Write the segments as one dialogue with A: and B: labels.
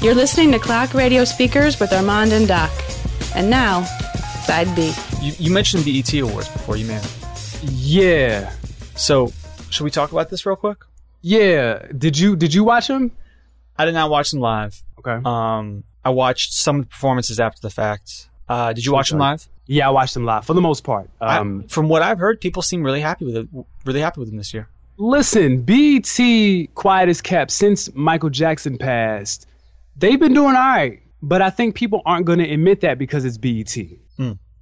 A: You're listening to Clock Radio Speakers with Armand and Doc. And now, Side B.
B: You, you mentioned the ET Awards before, you may have.
C: Yeah,
B: So, should we talk about this real quick?
C: yeah. Did you did you watch him?
B: I did not watch them live.
C: Okay.
B: Um, I watched some performances after the fact. Uh, did you watch them
C: Okay.
B: live?
C: yeah, I watched him live for the most part.
B: I-
C: Um,
B: from what I've heard, people seem really happy with it. Really happy with them this year.
C: listen, BT quiet as kept since Michael Jackson passed. They've been doing all right, but I think people aren't going to admit that because it's BET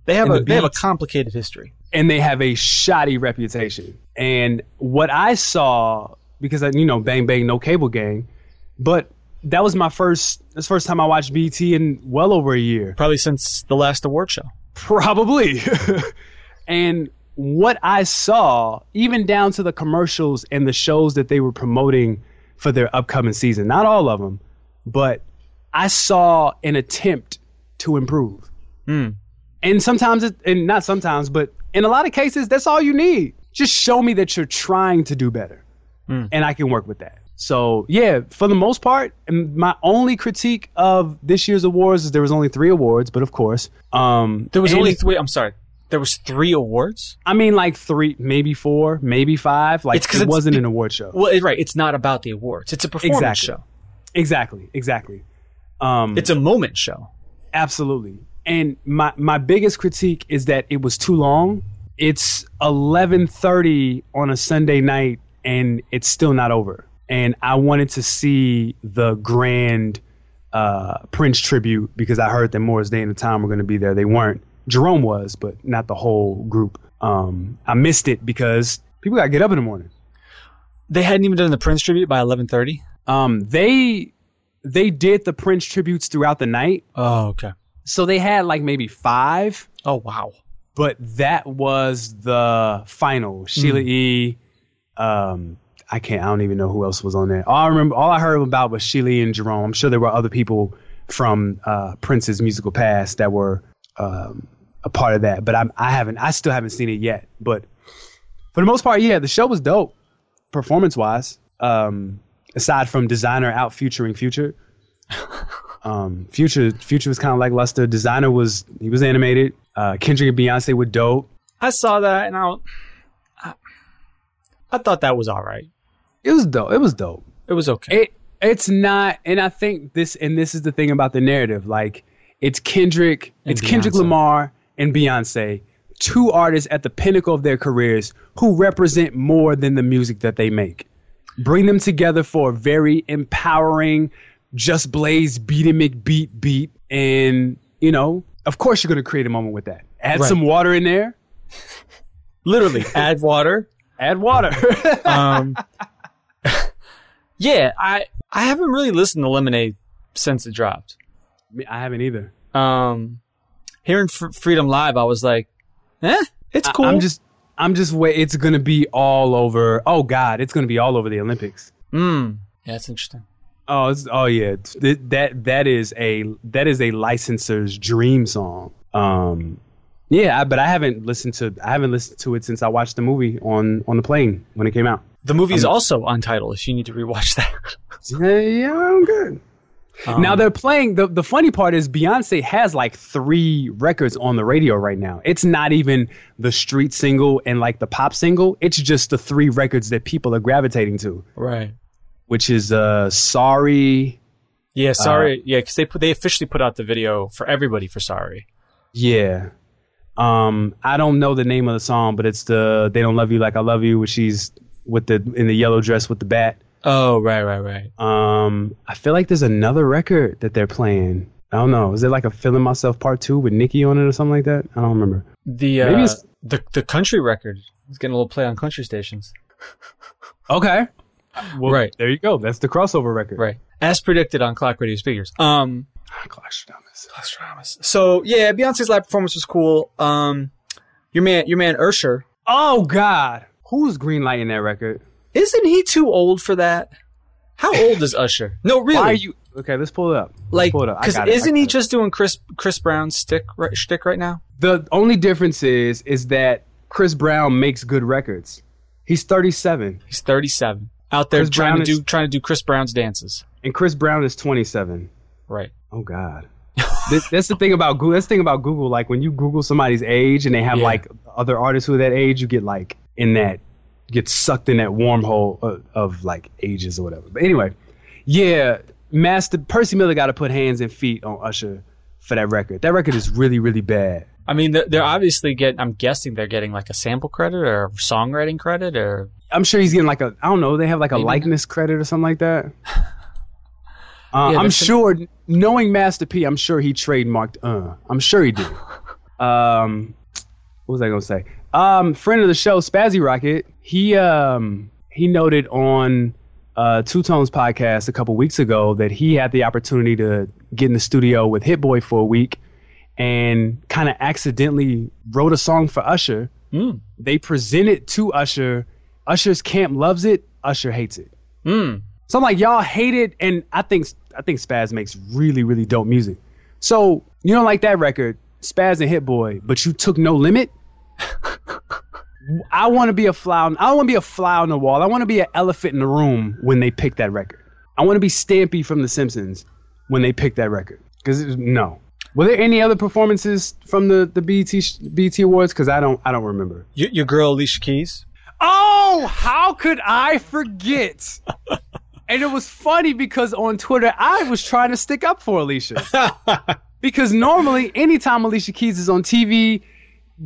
B: They have
C: And
B: a
C: the
B: they have a
C: beats.
B: complicated history.
C: and they have a shoddy reputation. And what I saw because I, you know, bang bang, no cable gang, but that was my first. That's the first time I watched BT in well over a year.
B: Probably since the last award show.
C: Probably. and what I saw, even down to the commercials and the shows that they were promoting for their upcoming season, not all of them, but I saw an attempt to improve.
B: Hmm.
C: And sometimes, it, and not sometimes, but in a lot of cases, that's all you need. Just show me that you're trying to do better,
B: Hmm.
C: and I can work with that. So yeah, for the most part, and my only critique of this year's awards is there was only three awards, but of course, um,
B: There was
C: and-
B: only three. I'm sorry. There was three awards.
C: I mean, like three, maybe four, maybe five. Like
B: It's 'cause
C: it
B: it's-
C: wasn't an award show.
B: Well, it- right. It's not about the awards. It's a performance
C: Exactly.
B: show.
C: exactly, exactly. Um,
B: It's a moment show.
C: absolutely. And my my biggest critique is that it was too long. It's eleven thirty on a Sunday night, and it's still not over. And I wanted to see the grand uh, Prince tribute because I heard that Morris Day and the Time were going to be there. They weren't. Jerome was, but not the whole group. Um, I missed it because people got to get up in the morning.
B: They hadn't even done the Prince tribute by 11:30.
C: um, they they did the Prince tributes throughout the night,
B: Oh, okay.
C: so they had like maybe five,
B: Oh, wow.
C: but that was the final. Sheila E. Um, I can't. I don't even know who else was on there. All I remember, all I heard about was Sheila E. and Jerome. I'm sure there were other people from uh, Prince's musical past that were um, a part of that, but I'm, I haven't. I still haven't seen it yet. But for the most part, yeah, the show was dope, performance wise. Um, aside from designer out featuring future. Um, Future Future was kind of lackluster. Designer was he was animated. Uh, Kendrick and Beyonce were dope.
B: I saw that and I, I- I thought that was all right.
C: It was dope. It was dope.
B: It was okay.
C: It it's not, and I think this and this is the thing about the narrative. Like it's Kendrick, it's Kendrick
B: Beyonce.
C: Lamar and Beyonce, two artists at the pinnacle of their careers who represent more than the music that they make. Bring them together for a very empowering, just blaze beatemic beat beat, and you know, of course, you're gonna create a moment with that. Add
B: Right.
C: some water in there.
B: Literally, add water.
C: Add water.
B: Um, yeah, I I haven't really listened to Lemonade since it dropped.
C: Me- I haven't either.
B: Um, hearing Fr- Freedom Live, I was like, eh, it's cool.
C: I, am just, I'm just wait. It's gonna be all over. Oh God, it's gonna be all over the Olympics.
B: Mm. Yeah, that's interesting.
C: Oh, it's, oh yeah. It's- th- that that is a that is a licensor's dream song. Um, yeah, I, but I haven't listened to I haven't listened to it since I watched the movie on on the plane when it came out.
B: The movie is also on title if you need to rewatch that.
C: Yeah, yeah, I'm good. now they're playing. The, the funny part is Beyonce has like three records on the radio right now. It's not even the street single and like the pop single. It's just the three records that people are gravitating to,
B: Right.
C: which is uh, Sorry.
B: Yeah, sorry. yeah, because they put, they officially put out the video for everybody for sorry.
C: Yeah. Um, I don't know the name of the song, but it's the They Don't Love You Like I Love You, where she's with the in the yellow dress with the bat.
B: Oh, right, right, right.
C: Um, I feel like there's another record that they're playing. I don't know. Is it like a "Feeling Myself" Part Two with Nicki on it or something like that? I don't remember.
B: The uh,
C: Maybe it's-
B: the the country record is getting a little play on country stations.
C: Okay. Well,
B: Right.
C: there you go. That's the crossover record. Ah,
B: Right. As predicted on Clock Radio Speakers. Um
C: Clash-o-damas.
B: so yeah, Beyonce's live performance was cool. Um your man your man Ursher,
C: Oh God, who's greenlighting that record?
B: isn't he too old for that? How old is Usher? No, really.
C: Why are you? Okay, let's pull it up. Let's
B: like
C: pull it up. I
B: cuz
C: got it. I
B: isn't
C: got
B: he
C: it.
B: just doing Chris Chris Brown's stick right, shtick right now?
C: The only difference is is that Chris Brown makes good records. He's 37
B: He's 37. Out there
C: Chris
B: trying
C: Brown
B: to
C: is-
B: do trying to do Chris Brown's dances.
C: and Chris Brown is 27.
B: Right.
C: Oh God. this, that's the thing about Google. That's the thing about Google. Like when you Google somebody's age and they have
B: Yeah.
C: like other artists who are that age, you get like in that get sucked in that wormhole of, of like ages or whatever. But anyway, yeah, Master Percy Miller got to put hands and feet on Usher for that record. That record is really really bad.
D: I mean, they're, they're obviously getting. I'm guessing they're getting like a sample credit or songwriting credit or.
C: I'm sure he's getting like a I don't know. They have like a
D: Maybe not.
C: likeness credit or something like that. Uh,
D: Yeah,
C: I'm
D: that's-
C: sure, knowing Master P, I'm sure he trademarked. Uh, I'm sure he did. um, what was I gonna say? Um, friend of the show, Spazzy Rocket. He um he noted on uh, Two Tones podcast a couple weeks ago that he had the opportunity to get in the studio with Hit Boy for a week, and kind of accidentally wrote a song for Usher
D: Mm.
C: they present it to Usher. Usher's camp loves it. Usher hates it.
D: Mm.
C: So I'm like, y'all hate it, and I think I think Spaz makes really really dope music. So you don't like that record, Spaz and Hit Boy, but you took No Limit. I want to be a fly. On, I want to be a fly on the wall. I want to be an elephant in the room when they pick that record. I want to be Stampy from The Simpsons when they pick that record. Because no, were there any other performances from the the BT BT Awards? Because I don't I don't remember.
B: Your, your girl Alicia Keys.
C: Oh, how could I forget? and it was funny because on Twitter, I was trying to stick up for Alicia. because normally, anytime Alicia Keys is on TV,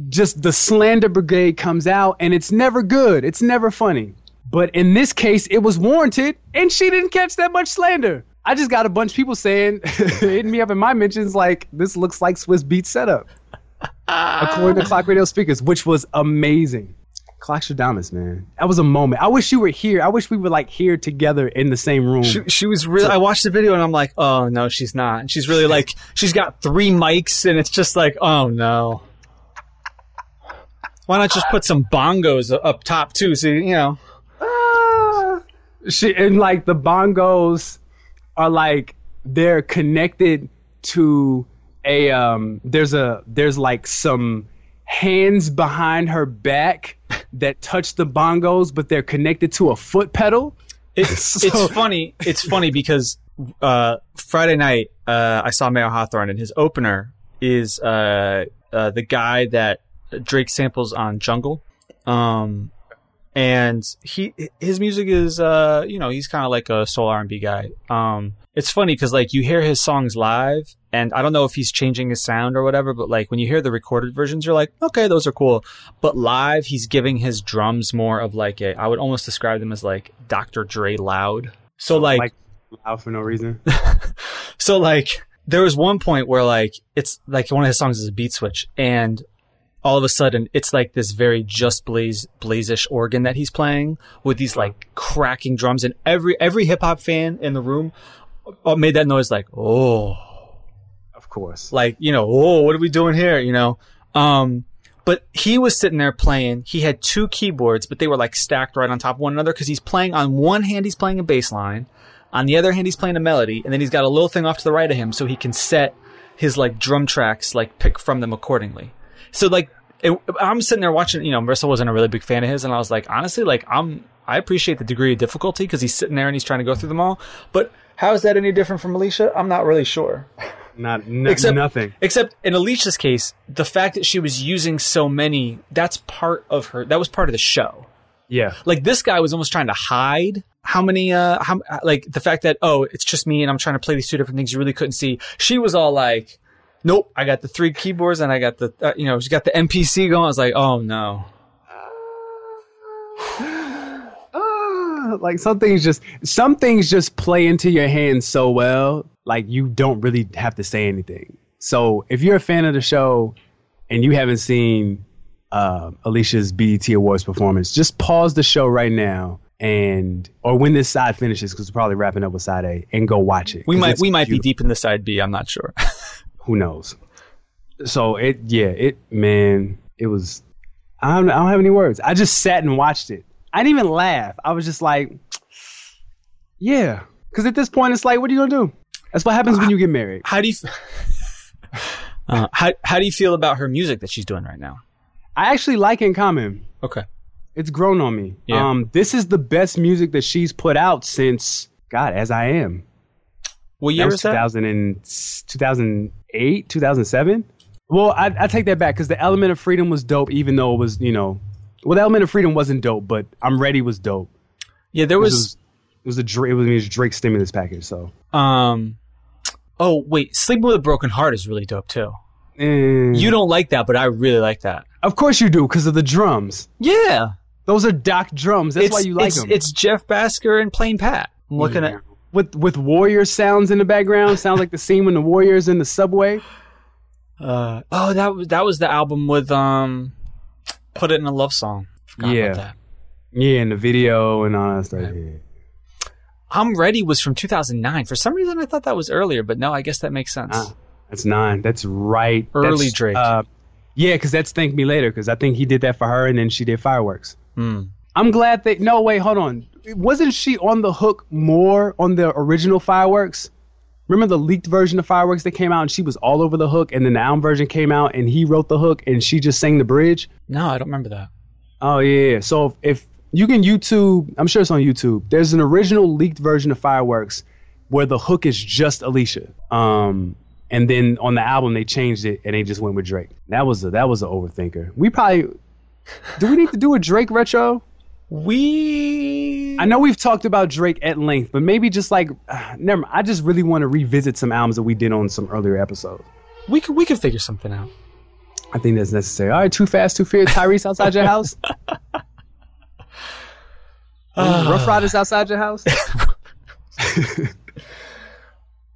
C: just the slander brigade comes out and it's never good. It's never funny. But in this case, it was warranted and she didn't catch that much slander. I just got a bunch of people saying, hitting me up in my mentions like, this looks like Swiss Beat setup. According to Clock Radio Speakers, which was amazing. Claxodamus, man. That was a moment. I wish you were here. I wish we were like here together in the same room.
B: She, she was really. I watched the video and I'm like, oh no, she's not. And she's really like, she's got three mics and it's just like, oh no. Why not just put some bongos up top too? So you know,
C: Ah. she and like the bongos are like they're connected to a um there's a there's like some hands behind her back that touch the bongos but they're connected to a foot pedal
B: it's
C: So-
B: it's funny. It's funny because uh, Friday night uh, I saw Mayor Hawthorne and his opener is uh, uh, the guy that Drake samples on Jungle, um, and he his music is uh, you know he's kind of like a soul R and B guy. Um, it's funny because like you hear his songs live, and I don't know if he's changing his sound or whatever, but like when you hear the recorded versions, you're like, okay, those are cool but live he's giving his drums more of like a I would almost describe them as like Dr. Dre loud. So like,
C: like- out for no reason
B: so like there was one point where like it's like one of his songs is a beat switch and all of a sudden it's like this very just blaze blazish organ that he's playing with these like cracking drums and every every hip hop fan in the room uh, made that noise like oh
C: of course
B: like you know oh what are we doing here you know um but he was sitting there playing he had two keyboards but they were like stacked right on top of one another because he's playing on one hand he's playing a bass line on the other hand he's playing a melody and then he's got a little thing off to the right of him so he can set his like drum tracks like pick from them accordingly so like it, i'm sitting there watching you know marissa wasn't a really big fan of his and i was like honestly like i'm i appreciate the degree of difficulty because he's sitting there and he's trying to go through them all but how is that any different from alicia i'm not really sure
C: not n-
B: Except-
C: nothing
B: Except in Alicia's case, the fact that she was using so many, that's part of her, that was part of the show.
C: yeah
B: Like this guy was almost trying to hide how many, uh, how, like the fact that, oh, it's just me and I'm trying to play these two different things you really couldn't see. She was all like, nope, I got the three keyboards and I got the, uh, you know, she got the MPC going. I was like, oh no.
C: Ah, like some things just some things just play into your hands so well like you don't really have to say anything so if you're a fan of the show and you haven't seen uh, alicia's bet awards performance just pause the show right now and or when this side finishes because we're probably wrapping up with side a and go watch it
B: We
C: 'Cause
B: might,
C: it's
B: we might be
C: beautiful.
B: deep in the side B. I'm not sure.
C: who knows so it yeah it man it was I don't, I don't have any words i just sat and watched it i didn't even laugh i was just like yeah because at this point it's like what are you gonna do that's what happens when you get married
B: how do you, uh, how, how do you feel about her music that she's doing right now?
C: i actually like and comment
B: Okay.
C: it's grown on me
B: Yeah.
C: um this is the best music that she's put out since god as i am
B: What year
C: that was
B: was that?
C: 2000 and 2008, 2007. Well, I, I take that back because the Element of Freedom was dope, even though it was, you know, well, the Element of Freedom wasn't dope, but I'm Ready was dope.
B: Yeah, there
C: It
B: was
C: was, it was a Drake, it was a Drake stimulus package, so.
B: um. Oh wait, Sleeping with a Broken Heart is really dope too.
C: Mm.
B: You don't like that, but I really like that.
C: of course you do, because of the drums.
B: Yeah,
C: Those are Doc drums. That's
B: it's,
C: why you like
B: it's,
C: them.
B: It's Jeff Basker and Plain Pat. I'm looking at
C: with with warrior sounds in the background. Sounds like the scene when the warriors in the subway.
B: Uh, oh, that was that was the album with um, put it in a love song. Forgot
C: Yeah.
B: about that.
C: Yeah, in the video and all that stuff. Yeah.
B: I'm ready was from 2009. For some reason, I thought that was earlier, but no, I guess that makes sense.
C: Ah, that's nine. That's right.
B: Early
C: That's,
B: Drake.
C: Uh, yeah, because that's Thank Me Later. Because I think he did that for her, and then she did fireworks.
B: Hmm.
C: I'm glad they. No, wait, hold on. Wasn't she on the hook more on the original fireworks? Remember the leaked version of fireworks that came out, and she was all over the hook, and then the album version came out, and he wrote the hook, and she just sang the bridge.
B: No, I don't remember that.
C: Oh yeah. yeah. So if, if you can YouTube, I'm sure it's on YouTube. There's an original leaked version of Fireworks where the hook is just Alicia. Um, and then on the album they changed it and they just went with Drake. That was a, that was an overthinker. We probably do we need to do a Drake retro?
B: We
C: I know we've talked about Drake at length, but maybe just like uh, never. Mind, I just really want to revisit some albums that we did on some earlier episodes.
B: we could we could figure something out.
C: I think that's necessary. All right, too fast, too fierce. Tyrese outside your house.
B: Ah.
C: Mm, Rough Riders outside your house.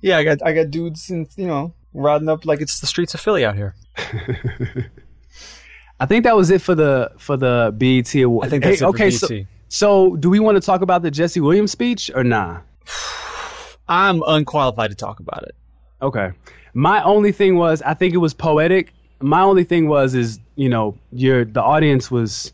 B: Yeah, I got I got dudes and you know riding up like it's the streets of Philly out here.
C: I think that was it for the for the BET award.
B: I think that's
C: Hey,
B: it for E
C: okay.
B: BET.
C: so, so do we want to talk about the Jesse Williams speech or nah?
B: I'm unqualified to talk about it.
C: Okay. My only thing was I think it was poetic. My only thing was is you know your the audience was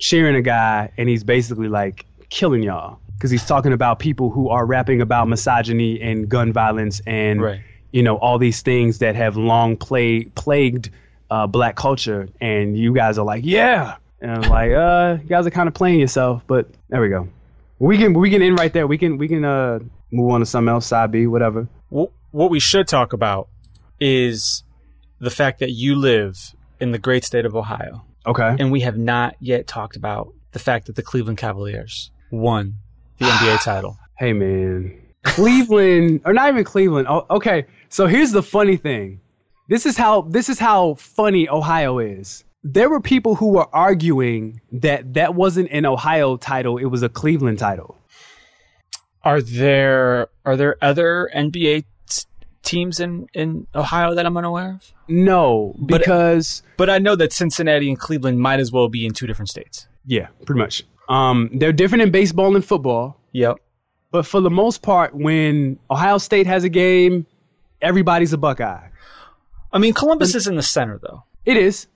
C: cheering a guy and he's basically like killing y'all because he's talking about people who are rapping about misogyny and gun violence and
B: Right.
C: you know all these things that have long pla- plagued uh, black culture and you guys are like yeah and I'm like uh you guys are kind of playing yourself but there we go we can we can end right there we can we can uh move on to something else side B whatever
B: Wh- What we should talk about is the fact that you live in the great state of Ohio.
C: okay
B: and we have not yet talked about the fact that the Cleveland Cavaliers won the NBA title.
C: Hey man, Cleveland or not even Cleveland. Oh, okay, so here's the funny thing. This is how this is how funny Ohio is. There were people who were arguing that that wasn't an Ohio title; it was a Cleveland title.
B: Are there are there other NBA t- teams in in Ohio that I'm unaware of?
C: No,
B: But-
C: because
B: But I know that Cincinnati and Cleveland might as well be in two different states.
C: yeah, pretty much. Um, they're different in baseball and football,
B: Yep.
C: but for the most part, when Ohio State has a game, everybody's a Buckeye.
B: I mean, Columbus is in the center though.
C: It is.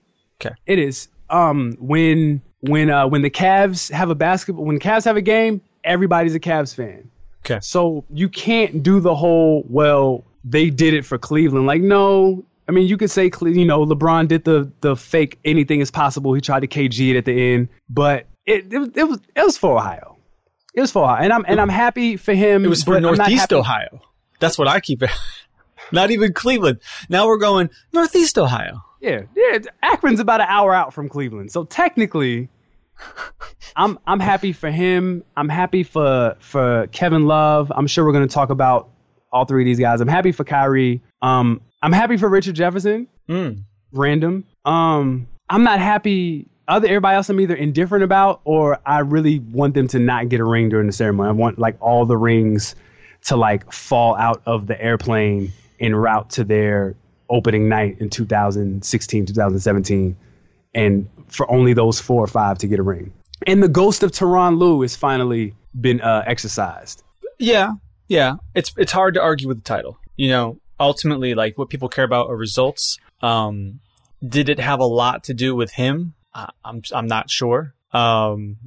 B: Okay.
C: It is. Um, when when uh, when the Cavs have a basketball, when the Cavs have a game, everybody's a Cavs fan.
B: Okay.
C: So you can't do the whole well they did it for Cleveland. Like no, I mean you could say Cle- you know LeBron did the the fake anything is possible. He tried to KG it at the end, but it it, was- it was it was for Ohio. It was for Ohio, and I'm and I'm happy for him.
B: It was
C: but
B: for
C: I'm not
B: Northeast
C: happy-
B: Ohio. That's what I keep. not even Cleveland. Now we're going Northeast Ohio.
C: Yeah, yeah. Akron's about an hour out from Cleveland, so technically, I'm I'm happy for him. I'm happy for for Kevin Love. I'm sure we're going to talk about all three of these guys. I'm happy for Kyrie. Um, I'm happy for Richard Jefferson.
B: Mm.
C: Random. Um, I'm not happy. Other everybody else, I'm either indifferent about, or I really want them to not get a ring during the ceremony. I want like all the rings to like fall out of the airplane en route to their opening night in 2016, 2017, and for only those four or five to get a ring. And the ghost of Teron Lou has finally been uh, exercised.
B: Yeah, yeah. It's it's hard to argue with the title. You know, ultimately, like what people care about are results. Um, did it have a lot to do with him? I, I'm I'm not sure. Um,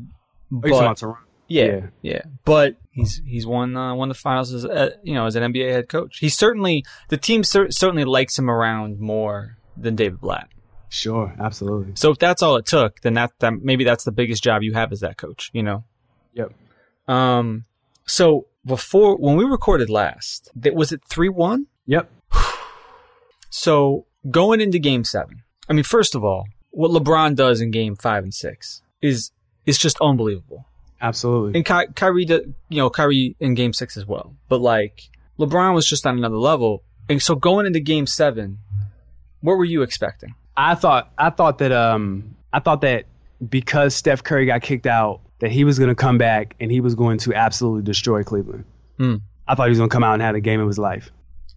C: Are Oh, you talking
B: but
C: about Teron?
B: yeah, yeah,
C: yeah.
B: But he's he's won uh, won the finals as uh, you know as an NBA head coach. He certainly the team cer- certainly likes him around more than David Blatt.
C: Sure, absolutely.
B: So if that's all it took, then that, that maybe that's the biggest job you have as that coach. You know.
C: Yep.
B: Um, So before when we recorded last, that was it three one.
C: Yep.
B: So going into Game Seven, I mean, first of all, what LeBron does in Game Five and Six is is just unbelievable.
C: Absolutely.
B: And Ky- Kyrie, did, you know, Kyrie in Game Six as well. But like LeBron was just on another level. And so going into Game Seven, what were you expecting?
C: I thought I thought that um I thought that because Steph Curry got kicked out that he was going to come back and he was going to absolutely destroy Cleveland.
B: Hmm.
C: I thought he was going to come out and have a game of his life.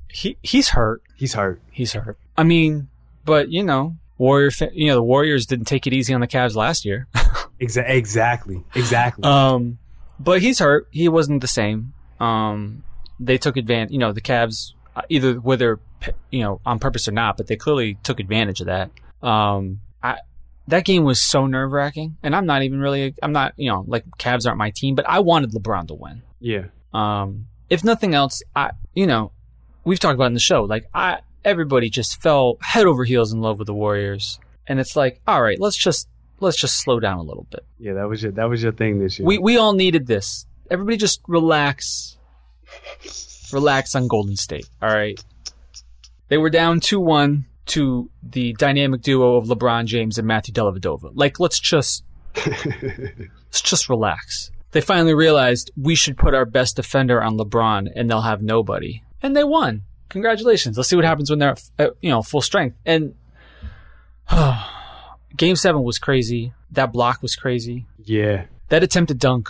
B: He he's hurt.
C: He's hurt.
B: He's hurt. I mean, but you know, Warrior. fa- You know, the Warriors didn't take it easy on the Cavs last year.
C: Exa- exactly. Exactly.
B: Um, but he's hurt. He wasn't the same. Um, they took advantage. You know, the Cavs uh, either whether you know on purpose or not, but they clearly took advantage of that. Um, I that game was so nerve wracking, and I'm not even really. I'm not you know like Cavs aren't my team, but I wanted LeBron to win.
C: yeah.
B: Um, if nothing else, I you know we've talked about it in the show like I everybody just fell head over heels in love with the Warriors, and it's like all right, let's just let's just slow down a little bit.
C: Yeah, that was your that was your thing this year.
B: We we all needed this. Everybody just relax. relax on Golden State. All right. They were down 2-1 to the dynamic duo of LeBron James and Matthew Dellavedova. Like let's just let's just relax. They finally realized we should put our best defender on LeBron and they'll have nobody. And they won. Congratulations. Let's see what happens when they're at, uh, you know, full strength. And Game 7 was crazy. That block was crazy.
C: yeah.
B: That attempted dunk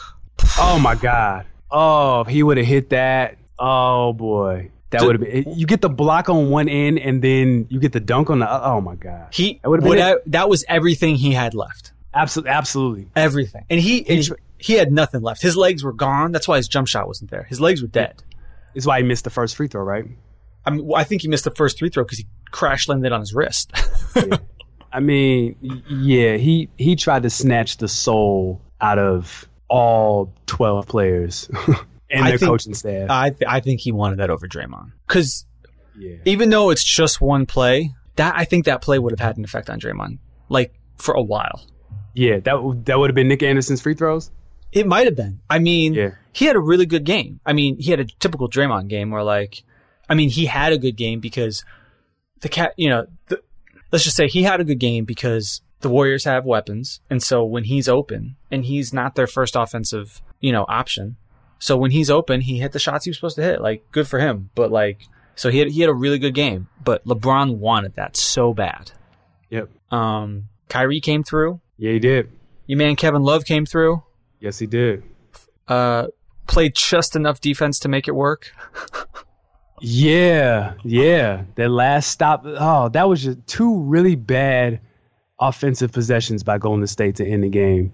C: Oh my God. Oh, if he would have hit that. Oh boy. That would have been. You get the block on one end, and then you get the dunk on the. o- Oh my God.
B: He
C: That would've been
B: would
C: it.
B: have- that was everything he had left.
C: Absolutely. Absolutely.
B: Everything. And he and he, he had nothing left. His legs were gone. That's why his jump shot wasn't there. His legs were dead.
C: It's why he missed the first free throw, right?
B: I mean, well, I think he missed the first three throw because he crash landed on his wrist.
C: I mean, y- yeah. He he tried to snatch the soul out of all twelve players and
B: I
C: their
B: think-
C: coaching staff.
B: I th- I think he wanted that over Draymond because
C: yeah.
B: even though it's just one play, that I think that play would have had an effect on Draymond like for a while.
C: Yeah. That w- that would have been Nick Anderson's free throws.
B: It might have been. I mean,
C: Yeah.
B: he had a really good game. I mean, he had a typical Draymond game where, like, I mean, he had a good game because the cat, you know, the, let's just say he had a good game because the Warriors have weapons, and so when he's open and he's not their first offensive, you know, option, so when he's open, he hit the shots he was supposed to hit. Like, good for him. But like, so he had he had a really good game. But LeBron wanted that so bad.
C: Yep.
B: Um, Kyrie came through.
C: Yeah, he did.
B: Your man Kevin Love came through
C: Yes, he did.
B: uh, played just enough defense to make it work.
C: Yeah, yeah. That last stop. Oh, that was just two really bad offensive possessions by Golden State to end the game.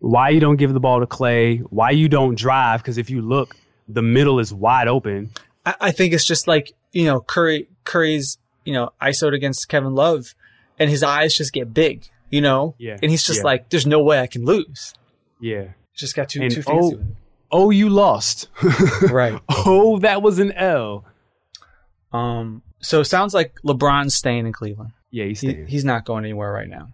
C: Why you don't give the ball to Clay? Why you don't drive? Because if you look, the middle is wide open.
B: I, I think it's just like you know Curry Curry's you know ISO'd against Kevin Love, and his eyes just get big, you know.
C: Yeah,
B: And he's just
C: yeah.
B: like, "There's no way I can lose."
C: Yeah.
B: Just got too
C: And
B: too
C: oh-
B: fancy. with
C: Oh, you lost.
B: it. Right.
C: oh, that was an L.
B: Um. So it sounds like LeBron's staying in Cleveland.
C: Yeah, he's
B: He,
C: staying.
B: he's not going anywhere right now,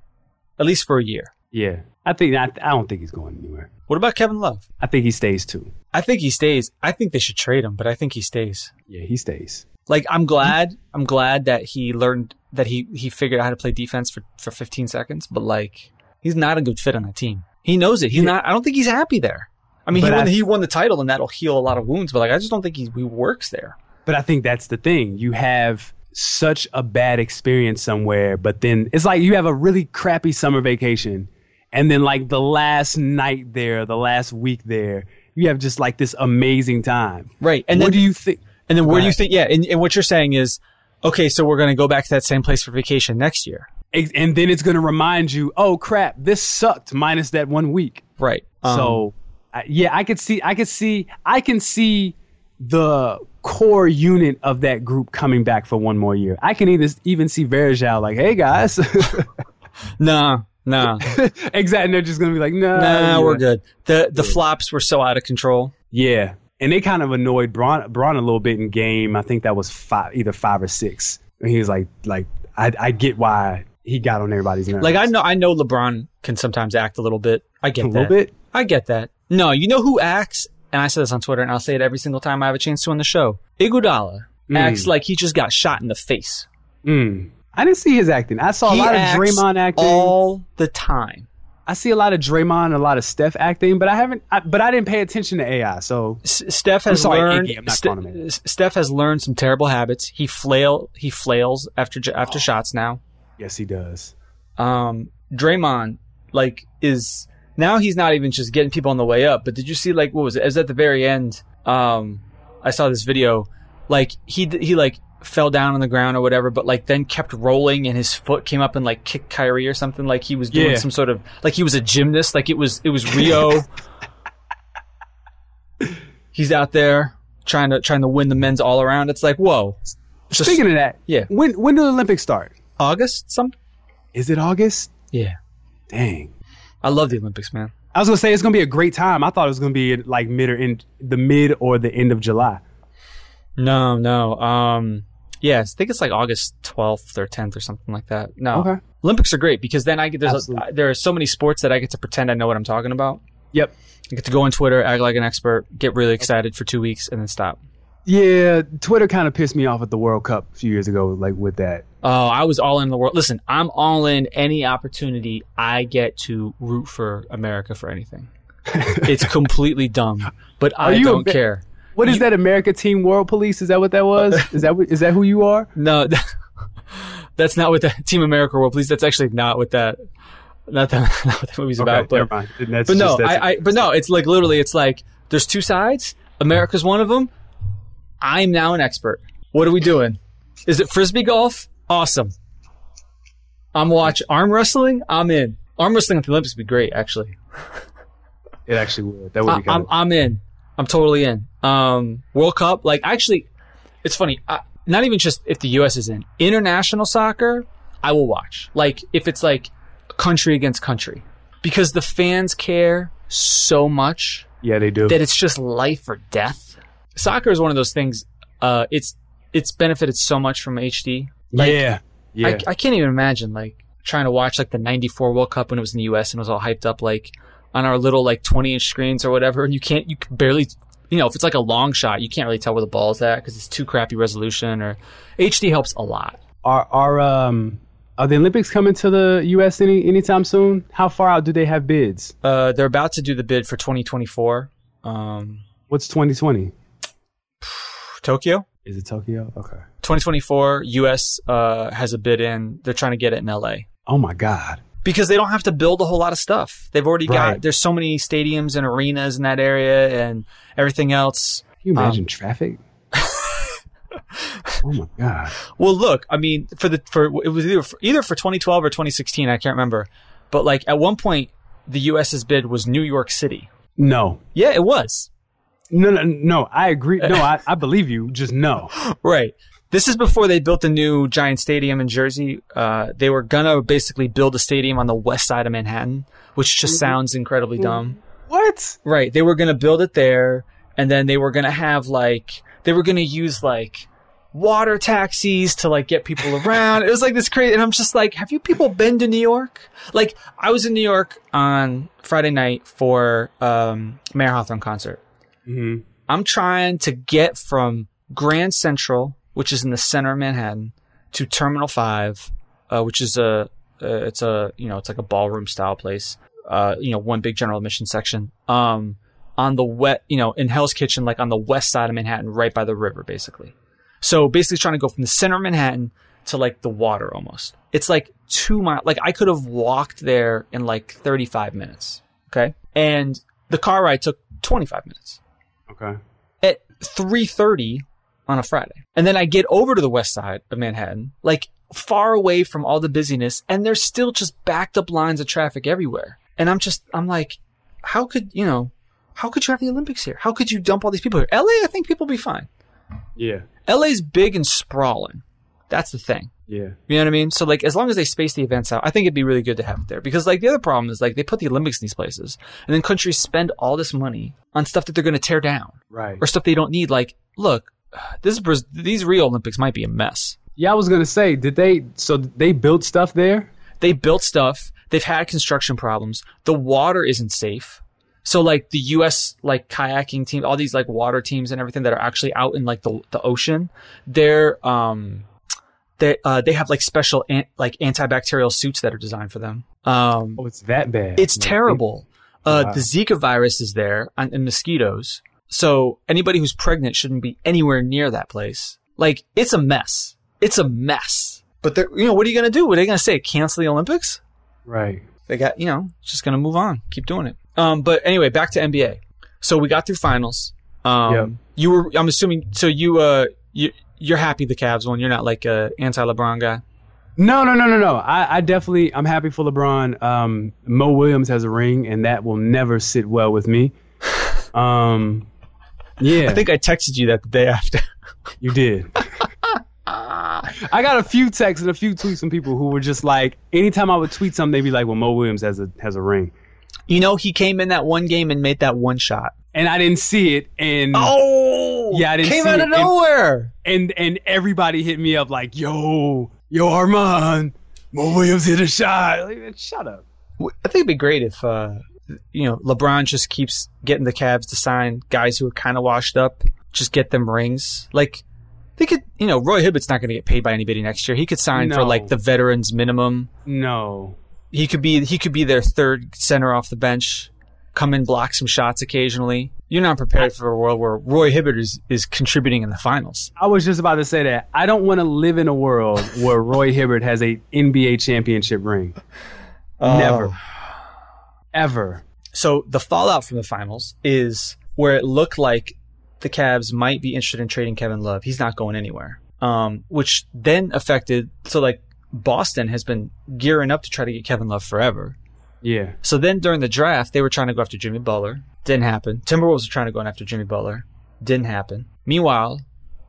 B: at least for a year.
C: yeah, I think I, I don't think he's going anywhere.
B: What about Kevin Love?
C: I think he stays too.
B: I think he stays. I think they should trade him, but I think he stays.
C: Yeah, he stays.
B: Like I'm glad I'm glad that he learned that he he figured out how to play defense for for 15 seconds, but like he's not a good fit on that team. He knows it. He's not. I don't think he's happy there. I mean, he
C: But
B: won,
C: I-
B: he won the title, and that'll heal a lot of wounds. But like, I just don't think he, he works there.
C: But I think that's the thing. You have such a bad experience somewhere, but then it's like you have a really crappy summer vacation. And then, like, the last night there, the last week there, you have just like this amazing time.
B: Right.
C: And
B: And
C: what
B: then
C: do you think?
B: and then where do you
C: Right.
B: think? Yeah. And, and what you're saying is, okay, so we're going to go back to that same place for vacation next year.
C: ex- And then it's going to remind you, oh crap, this sucked minus that one week.
B: Right. Um,
C: so, I, yeah, I could see, I could see, I can see the core unit of that group coming back for one more year. I can even even see Verjao like, hey guys,
B: nah, nah,
C: exactly. And they're just gonna be like, no,
B: nah. We're good. The the flops were so out of control.
C: Yeah, and they kind of annoyed Braun, Braun a little bit in game. I think that was five, either five or six. And he was like, like I, I get why he got on everybody's nerves.
B: Like I know I know LeBron can sometimes act a little bit. I get
C: a
B: that.
C: little bit.
B: I get that. No, you know who acts and I said this on Twitter, and I'll say it every single time I have a chance to on the show. Iguodala
C: Mm.
B: acts like he just got shot in the face.
C: Mm. I didn't see his acting. I saw a
B: He
C: lot of
B: acts
C: Draymond acting.
B: all the time.
C: I see a lot of Draymond and a lot of Steph acting, but I haven't. I, but I didn't pay attention to AI. So
B: S- Steph
C: I'm
B: has
C: sorry,
B: learned.
C: Iggy, I'm not
B: Ste-
C: calling him
B: S- Steph has learned some terrible habits. He flail. He flails after j-
C: Oh.
B: after shots now.
C: yes, he does.
B: um, Draymond like is now he's not even just getting people on the way up. But did you see like what was it? It was at the very end. Um, I saw this video. Like he d- he like fell down on the ground or whatever, but like then kept rolling and his foot came up and like kicked Kyrie or something. Like he was doing
C: Yeah.
B: some sort of like he was a gymnast. Like it was it was Rio. he's out there trying to trying to win the men's all around. It's like whoa, Just-
C: Speaking of that,
B: Yeah.
C: When when do the Olympics start?
B: August something.
C: Is it August?
B: Yeah,
C: Dang.
B: I love the Olympics, man.
C: I was gonna say it's gonna be a great time. I thought it was gonna be like mid or end, the mid or the end of July.
B: No, no. Um, yeah, I think it's like August 12th or 10th or something like that. No,
C: Okay.
B: Olympics are great because then I get there's a,
C: Absolutely.
B: there are so many sports that I get to pretend I know what I'm talking about.
C: Yep.
B: I get to go on Twitter, act like an expert, get really excited for two weeks, and then stop.
C: Yeah, Twitter kind of pissed me off at the World Cup a few years ago, like with that.
B: Oh, I was all in the world. Listen, I'm all in any opportunity I get to root for America for anything. it's completely dumb, but
C: Are
B: I
C: you a
B: don't
C: ba-
B: care.
C: What is that America Team World Police? Is that what that was? Is that what- is that who you are?
B: No, that's not what the Team America World Police. That's actually not what that not that not what that movie's about. But
C: never mind. That's
B: but no,
C: just- that's-
B: I, I but no, it's like literally, it's like there's two sides. America's one of them. I'm now an expert. What are we doing? Is it frisbee golf? Awesome. I'm watch arm wrestling. I'm in. Arm wrestling at the Olympics would be great, actually.
C: it actually would. That would
B: I,
C: be kind
B: I'm
C: of
B: I'm in. I'm totally in. Um, World Cup, like actually, it's funny. I, not even just if the U.S. is in international soccer, I will watch. Like if it's like country against country, because the fans care so much
C: yeah, they do.
B: that it's just life or death. Soccer is one of those things. Uh, it's it's benefited so much from HD. Like,
C: yeah, yeah.
B: I, I can't even imagine like trying to watch like the '94 World Cup when it was in the U.S. and it was all hyped up like on our little like 20 inch screens or whatever, and you can't you can barely you know if it's like a long shot you can't really tell where the ball's at because it's too crappy resolution or HD helps a lot.
C: are are um are the Olympics coming to the U.S. any anytime soon? How far out do they have bids?
B: Uh, they're about to do the bid for 2024. Um,
C: What's 2020?
B: Tokyo.
C: Is it Tokyo? Okay.
B: 2024 U.S. Uh, has a bid in. They're trying to get it in L.A.
C: Oh my God.
B: because they don't have to build a whole lot of stuff. They've already
C: Right.
B: got there's so many stadiums and arenas in that area and everything else.
C: Can you imagine traffic? oh my God.
B: Well, look, I mean, for the for it was either for, either for 2012 or 2016, I can't remember, but like at one point the U.S.'s bid was New York City.
C: No.
B: Yeah, it was
C: No, no, no. I agree. No, I, I believe you. Just no.
B: right. This is before they built the new giant stadium in Jersey. Uh, they were gonna basically build a stadium on the west side of Manhattan, which just sounds incredibly dumb.
C: What?
B: Right. They were going to build it there and then they were going to have like they were going to use like water taxis to like get people around. it was like this crazy and I'm just like, have you people been to New York? Like I was in New York on Friday night for um Mayor Hawthorne concert.
C: hmm
B: I'm trying to get from Grand Central, which is in the center of Manhattan, to Terminal Five, uh, which is a uh, it's a you know it's like a ballroom style place. Uh, you know, one big general admission section. Um, on the wet, you know, in Hell's Kitchen, like on the west side of Manhattan, right by the river, basically. So basically, trying to go from the center of Manhattan to like the water almost. It's like two miles. Like I could have walked there in like 35 minutes. Okay, and the car ride took 25 minutes
C: Okay.
B: at 3.30 on a friday and then i get over to the west side of manhattan like far away from all the busyness and there's still just backed up lines of traffic everywhere and i'm just i'm like how could you know how could you have the olympics here how could you dump all these people here la i think people will be fine
C: Yeah.
B: la's big and sprawling that's the thing
C: Yeah.
B: you know what I mean? So like, as long as they space the events out, I think it'd be really good to have it there. Because like, the other problem is like they put the Olympics in these places, and then countries spend all this money on stuff that they're going to tear down
C: Right.
B: or stuff they don't need. Like, look, this Braz- these Rio Olympics might be a mess.
C: Yeah, I was gonna say, did they? So they built stuff there.
B: They built stuff. They've had construction problems. The water isn't safe. So like the U.S. like kayaking team, all these like water teams and everything that are actually out in like the the ocean, they're um they uh they have like special an- like antibacterial suits that are designed for them. Um,
C: Oh, it's that bad.
B: it's
C: Like,
B: terrible. Uh,
C: Wow.
B: The Zika virus is there and, and mosquitoes. So anybody who's pregnant shouldn't be anywhere near that place. Like it's a mess. It's a mess. But they're, you know, what are you going to do? What are they going to say? Cancel the Olympics?
C: Right.
B: They got, you know, it's just going to move on. Keep doing it. Um, but anyway, back to NBA. So we got through finals. Um,
C: Yep.
B: you were, I'm assuming, so you, uh, you, you're happy the Cavs won. You're not like a anti LeBron guy.
C: No, no, no, no, no. I, I definitely, I'm happy for LeBron. Um, Mo Williams has a ring, and that will never sit well with me. Um, yeah,
B: I think I texted you that the day after.
C: you did. I got a few texts and a few tweets from people who were just like, anytime I would tweet something, they'd be like, "Well, Mo Williams has a has a ring,"
B: you know, he came in that one game and made that one shot.
C: and I didn't see it. And
B: Oh,
C: Yeah, I didn't
B: came
C: see
B: out
C: it.
B: of
C: And-
B: nowhere.
C: and and everybody hit me up like, "Yo, yo, Armand, Mo Williams hit a shot." Like, man, shut up.
B: I think it'd be great if uh, you know LeBron just keeps getting the Cavs to sign guys who are kind of washed up, just get them rings. Like they could, you know, Roy Hibbett's not going to get paid by anybody next year. He could sign for
C: No.
B: like the veterans minimum.
C: No.
B: He could be he could be their third center off the bench, come and block some shots occasionally. You're not prepared for a world where Roy Hibbert is, is contributing in the finals.
C: I was just about to say that. I don't want to live in a world where Roy Hibbert has a NBA championship ring.
B: Um,
C: Never. Ever.
B: So the fallout from the finals is where it looked like the Cavs might be interested in trading Kevin Love. He's not going anywhere. Um, which then affected so like Boston has been gearing up to try to get Kevin Love forever.
C: Yeah.
B: So then during the draft, they were trying to go after Jimmy Butler. Didn't happen. Timberwolves were trying to go after Jimmy Butler. Didn't happen. Meanwhile,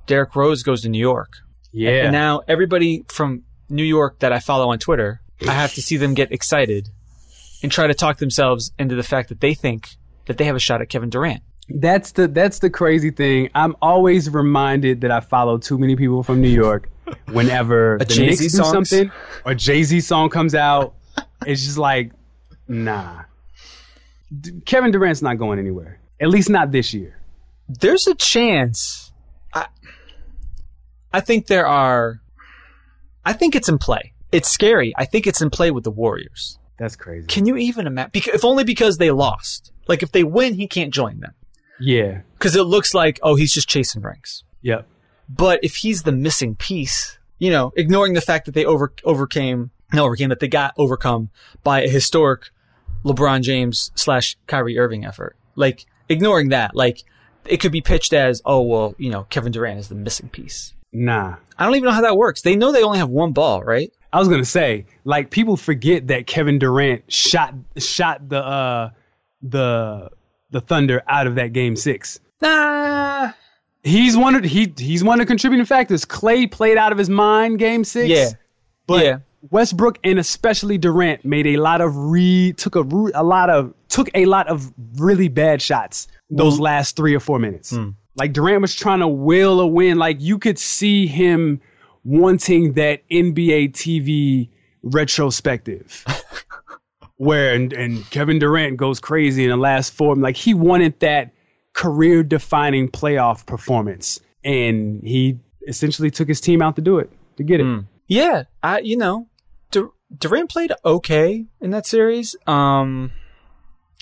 B: Derrick Rose goes to New York.
C: Yeah.
B: And now everybody from New York that I follow on Twitter, I have to see them get excited and try to talk themselves into the fact that they think that they have a shot at Kevin Durant.
C: that's the that's the crazy thing. I'm always reminded that I follow too many people from New York whenever the
B: Jay-Z
C: Knicks do
B: songs?
C: something or Jay-Z song comes out. It's just like, nah. D- Kevin Durant's not going anywhere. At least not this year.
B: There's a chance. I, I think there are. I think it's in play. It's scary. I think it's in play with the Warriors.
C: That's crazy.
B: Can you even imagine? Because, if only because they lost. Like if they win, he can't join them
C: yeah.
B: because it looks like oh he's just chasing rings.
C: Yep.
B: But if he's the missing piece, you know, ignoring the fact that they over overcame, no, overcame that they got overcome by a historic LeBron James slash Kyrie Irving effort. Like ignoring that, like it could be pitched as, oh well, you know, Kevin Durant is the missing piece.
C: Nah.
B: I don't even know how that works. They know they only have one ball, right?
C: I was gonna say, like people forget that Kevin Durant shot shot the uh, the the Thunder out of that game six.
B: Nah.
C: He's one of he he's one of the contributing factors. Clay played out of his mind game six.
B: Yeah.
C: but
B: yeah.
C: Westbrook and especially Durant made a lot of re took a ru- a lot of took a lot of really bad shots those last three or four minutes. Like Durant was trying to will a win. Like you could see him wanting that NBA TV retrospective. Where and, and Kevin Durant goes crazy in the last four. Like he wanted that career defining playoff performance. And he essentially took his team out to do it, to get it.
B: Yeah, I you know, Dur- Durant played okay in that series. Um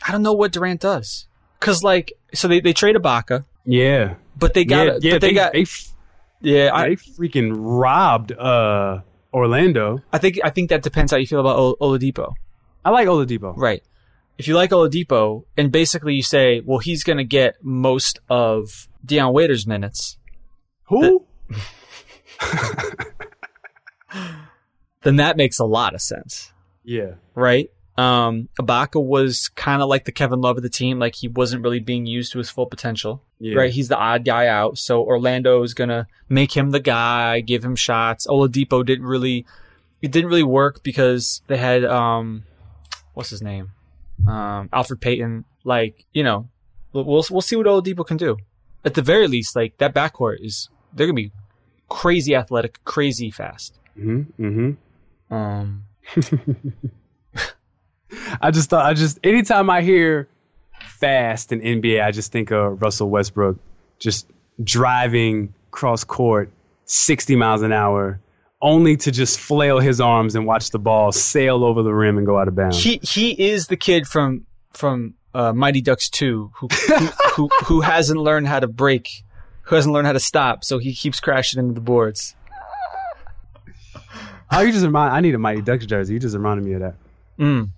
B: I don't know what Durant does. Cuz like so they they trade Ibaka,
C: Yeah.
B: but they got
C: yeah, yeah,
B: but they, got
C: they, f-
B: yeah,
C: they
B: I,
C: freaking robbed uh Orlando.
B: I think I think that depends how you feel about o- Oladipo.
C: I like Oladipo.
B: Right. If you like Oladipo and basically you say, well he's going to get most of Deion Waiters minutes,
C: Who?
B: then that makes a lot of sense.
C: yeah.
B: right? Um, Ibaka was kind of like the Kevin Love of the team, like he wasn't really being used to his full potential,
C: Yeah.
B: right? He's the odd guy out, so Orlando is gonna make him the guy, give him shots. Oladipo didn't really, it didn't really work because they had um, what's his name, um, Alfred Payton. Like you know, we'll we'll we'll see what Oladipo can do. At the very least, like that backcourt is they're gonna be crazy athletic, crazy fast.
C: Mm-hmm. hmm
B: Um,
C: I just thought I just anytime I hear fast in NBA, I just think of Russell Westbrook just driving cross court 60 miles an hour, only to just flail his arms and watch the ball sail over the rim and go out of bounds.
B: He he is the kid from from uh, Mighty Ducks two who who, who who hasn't learned how to break, who hasn't learned how to stop, so he keeps crashing into the boards.
C: oh, you just remind. I need a Mighty Ducks jersey. You just reminded me of that.
B: Mm.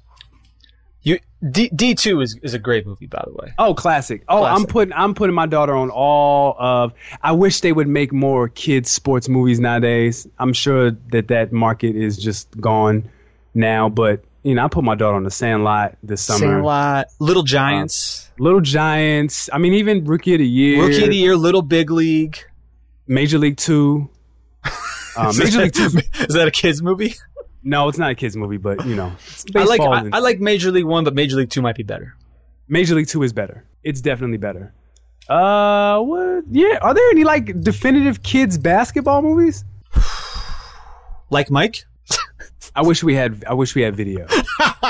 B: You D D two is is a great movie by the way.
C: Oh, classic. Oh, I'm
B: Classic.
C: putting I'm putting my daughter on all of. I wish they would make more kids sports movies nowadays. I'm sure that that market is just gone now, but you know, I put my daughter on The Sandlot this summer.
B: Sandlot, Little Giants,
C: Little Giants. I mean, even Rookie of the Year,
B: Rookie of the Year, Little Big League.
C: Major League Two. Uh,
B: Is
C: Major League
B: that-
C: Two.
B: is that a kids movie?
C: No, it's not a kids movie, but you know, it's
B: I like
C: baseball
B: I,
C: and-
B: I like Major League One, but Major League Two might be better.
C: Major League Two is better. It's definitely better. Uh, what? Yeah. Are there any like definitive kids basketball movies?
B: Like Mike,
C: I wish we had. I wish we had video.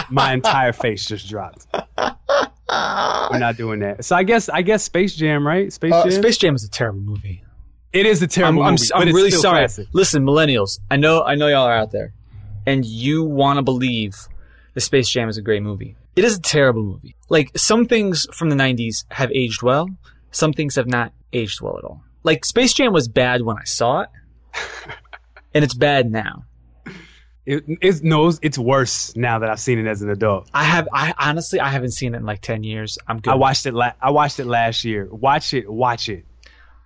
C: My entire face just dropped. We're not doing that. So I guess I guess Space Jam, right? Space
B: Uh,
C: Jam.
B: Space Jam is a terrible movie.
C: it is a
B: I'm,
C: terrible
B: I'm,
C: movie.
B: I'm
C: but it's
B: really
C: still
B: sorry.
C: classic.
B: Listen, millennials, I know I know y'all are out there, and you want to believe the Space Jam is a great movie. It is a terrible movie. Like some things from the '90s have aged well, some things have not aged well at all. Like Space Jam was bad when I saw it, and it's bad now.
C: It, it's no, it's- it's worse now that I've seen it as an adult.
B: I have I honestly I haven't seen it in like ten years. I'm good.
C: I watched it. La- I watched it last year. Watch it. Watch it.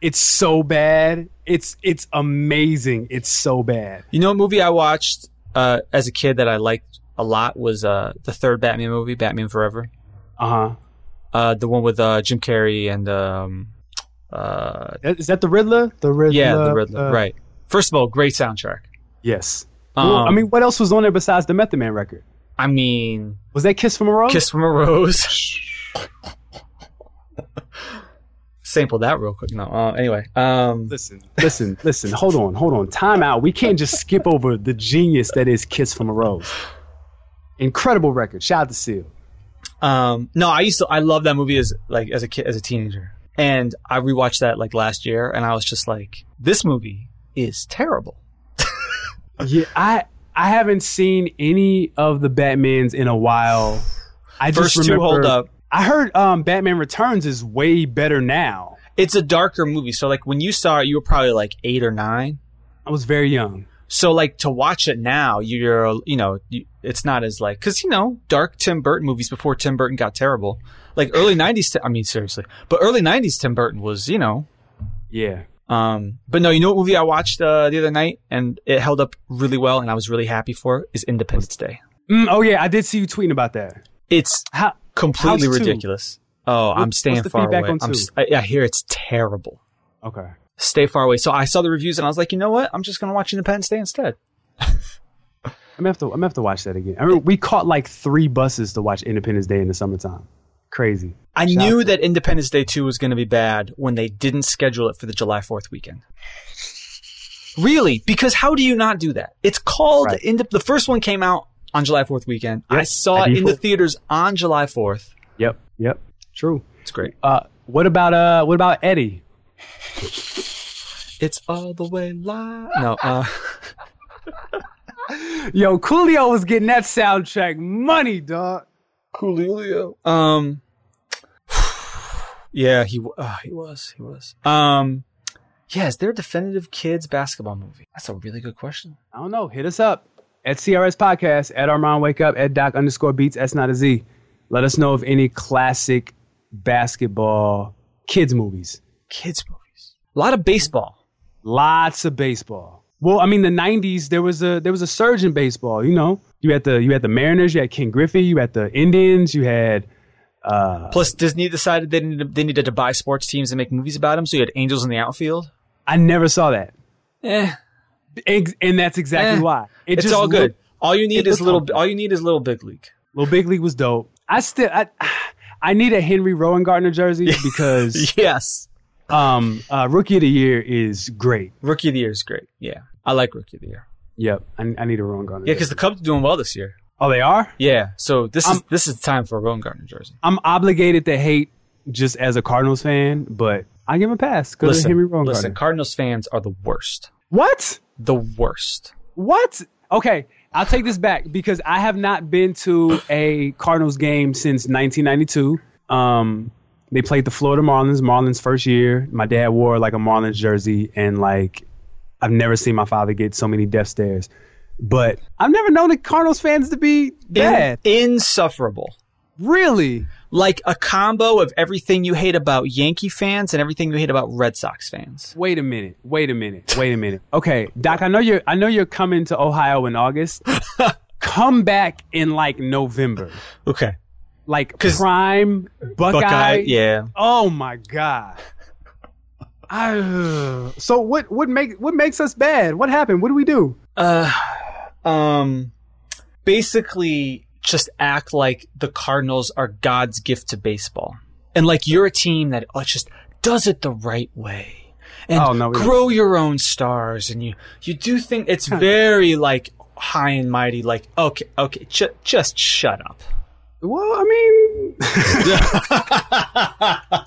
C: It's so bad. It's it's amazing. It's so bad.
B: You know, what movie I watched uh, as a kid that I liked a lot was uh, the third Batman movie, Batman Forever.
C: Uh huh.
B: Uh, the one with uh, Jim Carrey and um, uh,
C: Is that the Riddler? The Riddler.
B: yeah, the Riddler.
C: uh,
B: right. First of all, great soundtrack.
C: Yes.
B: Um,
C: well, I mean, what else was on there besides the Method Man record?
B: I mean,
C: Was that Kiss from a Rose?
B: Kiss from a Rose. Sample that real quick. No, uh, anyway. Um,
C: Listen, listen, listen. Hold on, hold on. Time out. We can't just skip over the genius that is Kiss from a Rose. Incredible record. Shout out to Seal.
B: Um, no, I used to. I loved that movie as like as a kid, as a teenager, and I rewatched that like last year, and I was just like, this movie is terrible.
C: Yeah, I I haven't seen any of the Batmans in a while. I
B: First
C: just
B: two
C: remember,
B: hold up.
C: I heard um, Batman Returns is way better now.
B: It's a darker movie, so like when you saw it, you were probably like eight or nine.
C: I was very young.
B: So like to watch it now, you're you know you, it's not as like because you know dark Tim Burton movies before Tim Burton got terrible, like early '90s. Ti- I mean seriously, but early '90s Tim Burton was you know
C: Yeah.
B: Um, but no, you know what movie I watched uh, the other night and it held up really well, and I was really happy for it, is Independence Day.
C: Mm, oh yeah, I did see you tweeting about that.
B: It's
C: How
B: completely
C: House two.
B: ridiculous. Oh, I'm
C: what's
B: staying
C: the
B: far
C: feedback
B: away.
C: on
B: I'm,
C: two?
B: s- I, I hear it's terrible.
C: Okay.
B: Stay far away. So I saw the reviews and I was like, you know what? I'm just gonna watch Independence Day instead.
C: I'm gonna have to I'm gonna have to watch that again. I mean, we caught like three buses to watch Independence Day in the summertime. Crazy.
B: I
C: Shout
B: knew that Independence Day 2 was going to be bad when they didn't schedule it for the July 4th weekend. Really? Because how do you not do that? It's called
C: Right.
B: Inde- the first one came out on July 4th weekend. I saw
C: I
B: it
C: do
B: in the
C: too.
B: theaters on July 4th.
C: Yep. Yep. True.
B: It's great.
C: Uh, what about uh, what about Eddie?
B: It's all the way live. No, uh,
C: Yo, Coolio was getting that soundtrack money, dog.
B: Coolio. Um, yeah, he wa- uh, he was he was. Um, yeah, is there a definitive kids basketball movie? That's a really good question.
C: I don't know. Hit us up at CRS Podcast, at Armand Wake Up, at Doc underscore Beats, S not a Z. Let us know of any classic basketball kids movies.
B: Kids movies. A lot of baseball.
C: Lots of baseball. Well, I mean, the '90s there was a there was a surge in baseball. You know, you had the you had the Mariners, you had Ken Griffey, you had the Indians, you had uh,
B: Plus, Disney decided they needed, they needed to buy sports teams and make movies about them. So you had Angels in the Outfield.
C: I never saw that,
B: Eh,
C: Ex- and that's
B: Eh,
C: exactly why. It
B: it's
C: just
B: all good.
C: looked-
B: all you need
C: it
B: is
C: looked
B: little.
C: awful.
B: All you need is little big league.
C: Little Big League was dope. I still I I need a Henry Rowan Gardner jersey because
B: Yes,
C: um uh, Rookie of the Year is great.
B: Rookie of the Year is great. Yeah, I like Rookie of the Year.
C: Yep, I, I need a Rowan Gardner.
B: Yeah,
C: jersey.
B: because the Cubs are doing well this year.
C: Oh, they are.
B: Yeah. So this is
C: I'm-
B: this is the time for a Rowan Gardner jersey.
C: I'm obligated to hate just as a Cardinals fan, but I give him a pass because
B: Listen,
C: Henry Rowan
B: listen.
C: Gardner.
B: Cardinals fans are the worst.
C: What?
B: The worst.
C: What? Okay, I'll take this back because I have not been to a Cardinals game since 1992. Um, they played the Florida Marlins, Marlins first year. My dad wore like a Marlins jersey, and like I've never seen my father get so many death stares. But I've never known the Cardinals fans to be bad.
B: In- insufferable.
C: really?
B: Like a combo of everything you hate about Yankee fans and everything you hate about Red Sox fans.
C: Wait a minute. Wait a minute. Wait a minute. Okay, Doc, I know you're I know you're coming to Ohio in August. Come back in like November.
B: Okay.
C: Like
B: 'Cause-
C: prime Buckeye.
B: Buckeye. Yeah.
C: Oh my god. I, so what what make what makes us bad? What happened? What do we do?
B: uh, um, basically just act like the Cardinals are God's gift to baseball, and like you're a team that oh, just does it the right way, and
C: Oh, no, we-
B: grow your own stars, and you you do think it's very like high and mighty. Like okay, okay, ju- just shut up.
C: Well, I mean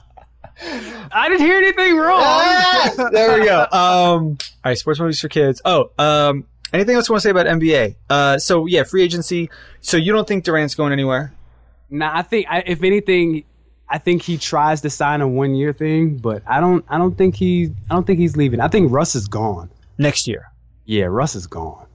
C: I didn't hear anything wrong.
B: there we go. Um, all right, sports movies for kids. Oh, um, anything else you want to say about NBA? Uh, so yeah, free agency. So you don't think Durant's going anywhere?
C: nah, I think I, if anything I think he tries to sign a one year thing, but I don't I don't think he I don't think he's leaving. I think Russ is gone.
B: Next year.
C: Yeah, Russ is gone.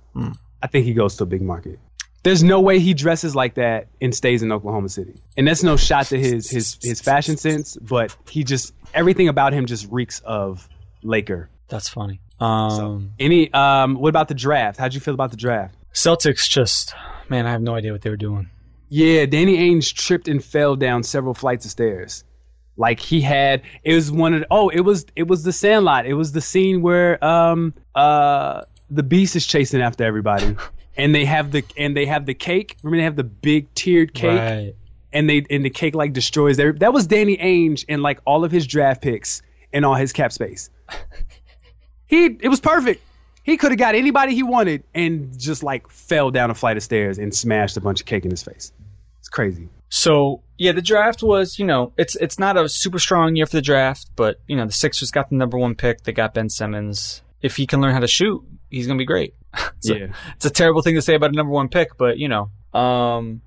C: I think he goes to a big market. There's no way he dresses like that and stays in Oklahoma City. And that's no shot to his his his fashion sense, but he just everything about him just reeks of Laker.
B: That's funny. Um,
C: Any um what about the draft? How'd you feel about the draft?
B: Celtics just, man, I have no idea what they were doing.
C: Yeah, Danny Ainge tripped and fell down several flights of stairs. Like he had it was one of the, oh, it was it was the sandlot. It was the scene where um uh the beast is chasing after everybody. And they have the and they have the cake. Remember they have the big tiered cake and they and the cake like destroys their that was Danny Ainge and like all of his draft picks and all his cap space. he it was perfect. He could have got anybody he wanted and just like fell down a flight of stairs and smashed a bunch of cake in his face. It's crazy.
B: So yeah, the draft was, you know, it's it's not a super strong year for the draft, but you know, the Sixers got the number one pick. They got Ben Simmons. If he can learn how to shoot, he's gonna be great. it's, a, it's a terrible thing to say about a number one pick, but you know, um,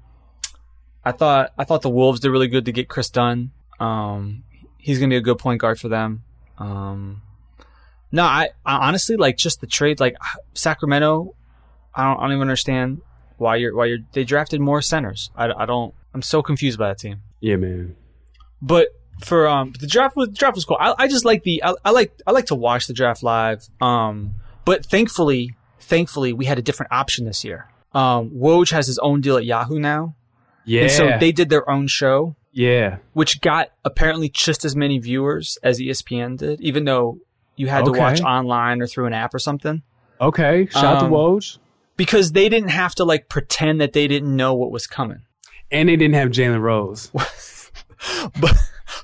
B: I thought I thought the Wolves did really good to get Chris Dunn. Um, he's gonna be a good point guard for them. Um, no, I, I honestly like just the trade. Like Sacramento, I don't, I don't even understand why you're why you're they drafted more centers. I, I don't. I'm so confused by that team.
C: Yeah, man.
B: But for um the draft was draft was cool. I, I just like the I, I like I like to watch the draft live. Um, but thankfully, thankfully we had a different option this year. Um, Woj has his own deal at Yahoo now,
C: Yeah.
B: and so they did their own show,
C: yeah.
B: which got apparently just as many viewers as E ESPN did, even though you had
C: Okay.
B: to watch online or through an app or something.
C: Okay. Shout out
B: Um,
C: to Woj.
B: Because they didn't have to like pretend that they didn't know what was coming.
C: And they didn't have Jalen Rose.
B: but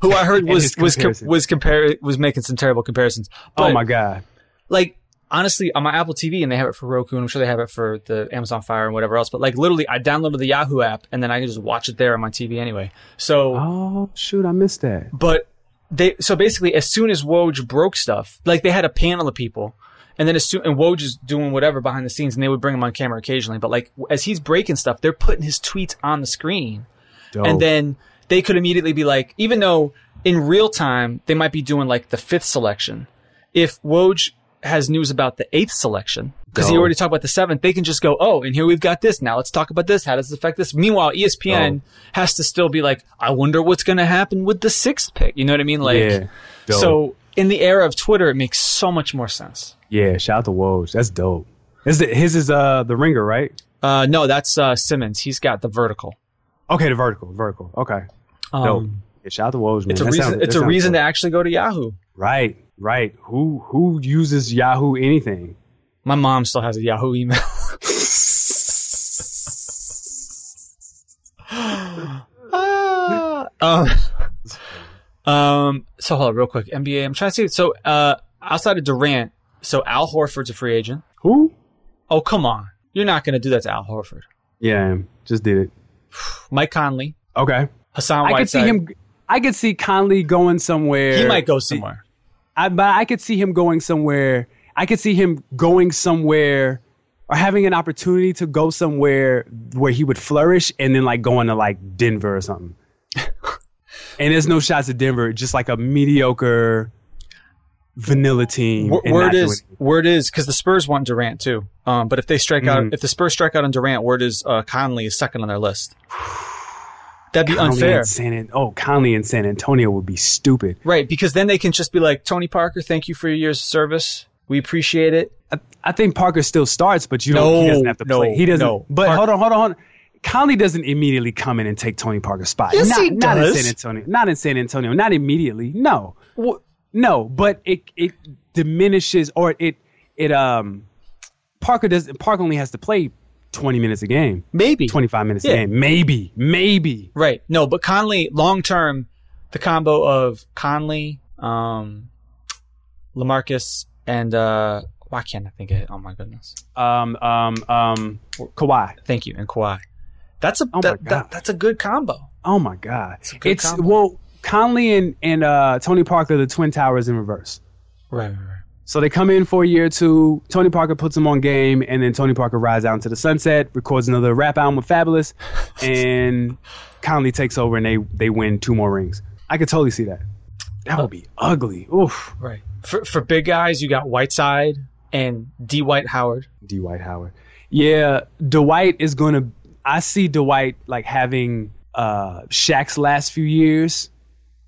B: who I heard
C: And
B: was
C: his
B: was com-
C: comparisons.
B: was compare was making some terrible comparisons. But,
C: oh my God.
B: Like honestly, on my Apple TV, and they have it for Roku, and I'm sure they have it for the Amazon Fire and whatever else. But like literally, I downloaded the Yahoo app, and then I can just watch it there on my TV anyway. So,
C: Oh shoot, I missed that.
B: but they so basically, as soon as Woj broke stuff, like they had a panel of people. And then as soon, and Woj is doing whatever behind the scenes, and they would bring him on camera occasionally. But like as he's breaking stuff, they're putting his tweets on the screen,
C: Dope.
B: and then they could immediately be like, even though in real time they might be doing like the fifth selection, if Woj has news about the eighth selection because he
C: No.
B: already talked about the seventh, they can just go, oh, and here we've got this. Now let's talk about this. How does this affect this? Meanwhile, E ESPN has to still be like, I wonder what's going to happen with the sixth pick. You know what I mean? Like,
C: yeah. Dope.
B: so in the era of Twitter, it makes so much more sense.
C: yeah, shout out to Woj. That's dope. Is it, his is uh the ringer, right?
B: Uh, no, that's uh, Simmons. He's got the vertical.
C: Okay, the vertical, vertical. Okay.
B: Um,
C: Dope. Yeah, shout out to Woj, man.
B: It's a
C: That
B: reason.
C: sounds-
B: it's
C: that
B: a
C: sounds
B: reason
C: dope.
B: to actually go to Yahoo.
C: Right, right. Who who uses Yahoo anything?
B: My mom still has a Yahoo email. Ah. um, um, so hold on real quick. NBA, I'm trying to see. So uh, outside of Durant, so Al Horford's a free agent.
C: Who?
B: Oh, come on. You're not going to do that to Al Horford.
C: Yeah, just did it.
B: Mike Conley,
C: Okay.
B: Hassan
C: I could see
B: Whiteside.
C: him. I could see Conley going somewhere.
B: He might go somewhere.
C: I, but I could see him going somewhere. I could see him going somewhere or having an opportunity to go somewhere where he would flourish and then like going to like Denver or something. and there's no shots at Denver, just like a mediocre vanilla team.
B: Wor-
C: and not
B: word
C: doing
B: is
C: anything.
B: word is because the Spurs want Durant too. Um, but if they strike
C: Mhm.
B: out, if the Spurs strike out on Durant, word is uh, Conley is second on their list. That'd be
C: Conley
B: unfair,
C: and San An- oh, Conley and San Antonio would be stupid.
B: right? Because then they can just be like, Tony Parker, thank you for your years of service. We appreciate it.
C: I, I think Parker still starts, but you don't,
B: No,
C: he doesn't have to
B: no,
C: play. He doesn't.
B: no.
C: But
B: Park-
C: hold on, hold on, hold on. Conley doesn't immediately come in and take Tony Parker's spot.
B: Yes,
C: not,
B: he
C: not
B: does.
C: in San Antonio. Not in San Antonio. Not immediately. No.
B: Wha-
C: No, but it it diminishes or it it um Parker does Parker only has to play 20 minutes a game,
B: Maybe
C: 25 minutes a
B: Yeah.
C: game. Maybe. Maybe.
B: Right. No, but Conley long term, the combo of Conley, um, Lamarcus, and uh, why can't I think of it? Oh my goodness!
C: Um um um Kawhi.
B: Thank you, and Kawhi. That's a
C: Oh my
B: that,
C: God.
B: that, that's a good combo.
C: Oh my god.
B: a good
C: It's,
B: combo.
C: well Conley and and uh Tony Parker the Twin Towers in reverse.
B: Right, right, right.
C: So they come in for a year or two. Tony Parker puts them on game, and then Tony Parker rides out into the sunset, records another rap album with Fabulous, and Conley takes over, and they they win two more rings. I could totally see that. That would be ugly. Oof.
B: Right. For for big guys, you got Whiteside and D. White Howard.
C: D. Dwight Howard. Yeah, Dwight is gonna. I see Dwight like having uh Shaq's last few years,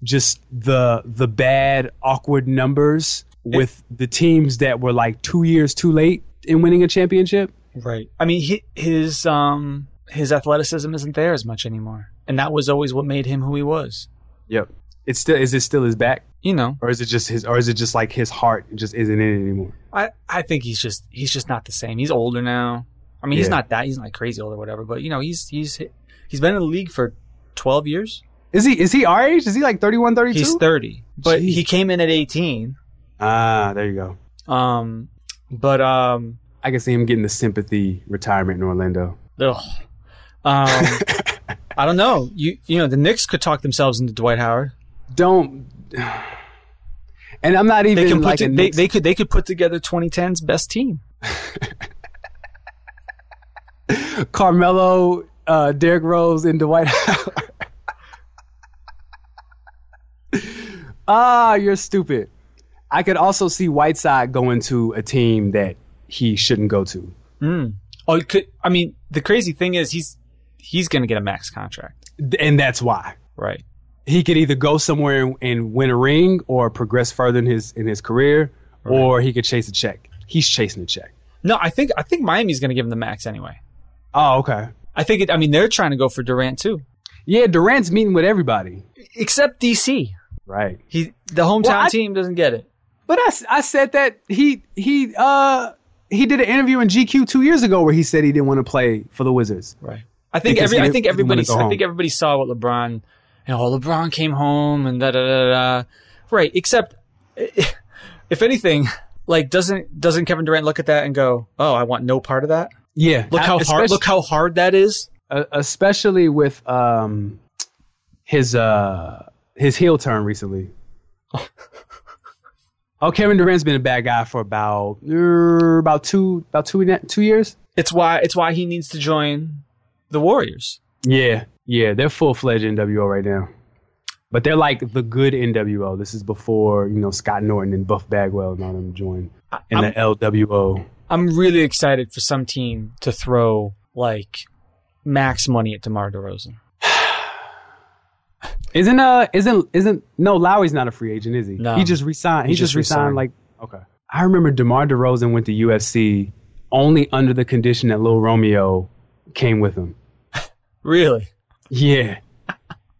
C: just the the bad awkward numbers with the teams that were like two years too late in winning a championship.
B: Right. I mean, he, his um his athleticism isn't there as much anymore, and that was always what made him who he was.
C: Yep. It's still is it still his back
B: You know,
C: or is it just his or is it just like his heart just isn't in it anymore?
B: I I think he's just he's just not the same. He's older now. I mean, he's
C: Yeah.
B: not that he's not crazy old or whatever, but you know, he's he's he's been in the league for twelve years.
C: Is he is he our age? Is he like 31, 32?
B: He's thirty, but
C: Jeez.
B: he came in at eighteen.
C: ah, there you go.
B: Um, but um,
C: I can see him getting the sympathy retirement in Orlando.
B: ugh. um, I don't know. You you know, the Knicks could talk themselves into Dwight Howard.
C: Don't And I'm not even
B: They can put
C: like
B: to,
C: a
B: they,
C: Knicks-
B: they could they could put together 2010's best team.
C: Carmelo, uh, Derrick Rose, and Dwight Howard. ah, you're stupid. I could also see Whiteside going to a team that he shouldn't go to.
B: Mm. Oh, you could I mean, the crazy thing is he's he's going to get a max contract,
C: And that's why.
B: right?
C: he could either go somewhere and, and win a ring or progress further in his in his career or he could chase a check he's chasing a check
B: No, I think I think Miami's going to give him the max anyway.
C: oh okay
B: I think it, I mean they're trying to go for Durant too,
C: yeah durant's meeting with everybody
B: except DC.
C: right
B: He the hometown
C: Well, I-
B: team doesn't get it.
C: but I, s- I said that he he uh he did an interview in gq two years ago where he said he didn't want to play for the wizards
B: Right. I think
C: Because
B: every
C: he
B: I
C: didn't-
B: think
C: he didn't
B: everybody
C: wanna go
B: I think
C: home.
B: everybody saw what LeBron you know, oh, LeBron came home and da da da da. Right, except if anything, like doesn't doesn't Kevin Durant look at that and go, "Oh, I want no part of that."
C: yeah
B: Look how hard look how hard that is.
C: uh, especially with um his uh his heel turn recently. oh, Kevin Durant's been a bad guy for about er, about two about two ne- two years.
B: It's why it's why he needs to join the Warriors.
C: Yeah, yeah, they're full fledged NWO right now, but they're like the good NWO. This is before you know Scott Norton and Buff Bagwell and all them joined in the LWO.
B: I'm really excited for some team to throw like max money at DeMar DeRozan.
C: Isn't uh isn't isn't no Lowry's not a free agent, is he?
B: No.
C: He just resigned. He,
B: He
C: just,
B: just resigned.
C: resigned. Like okay. I remember DeMar DeRozan went to UFC only under the condition that Lil Romeo came with him.
B: Really?
C: Yeah.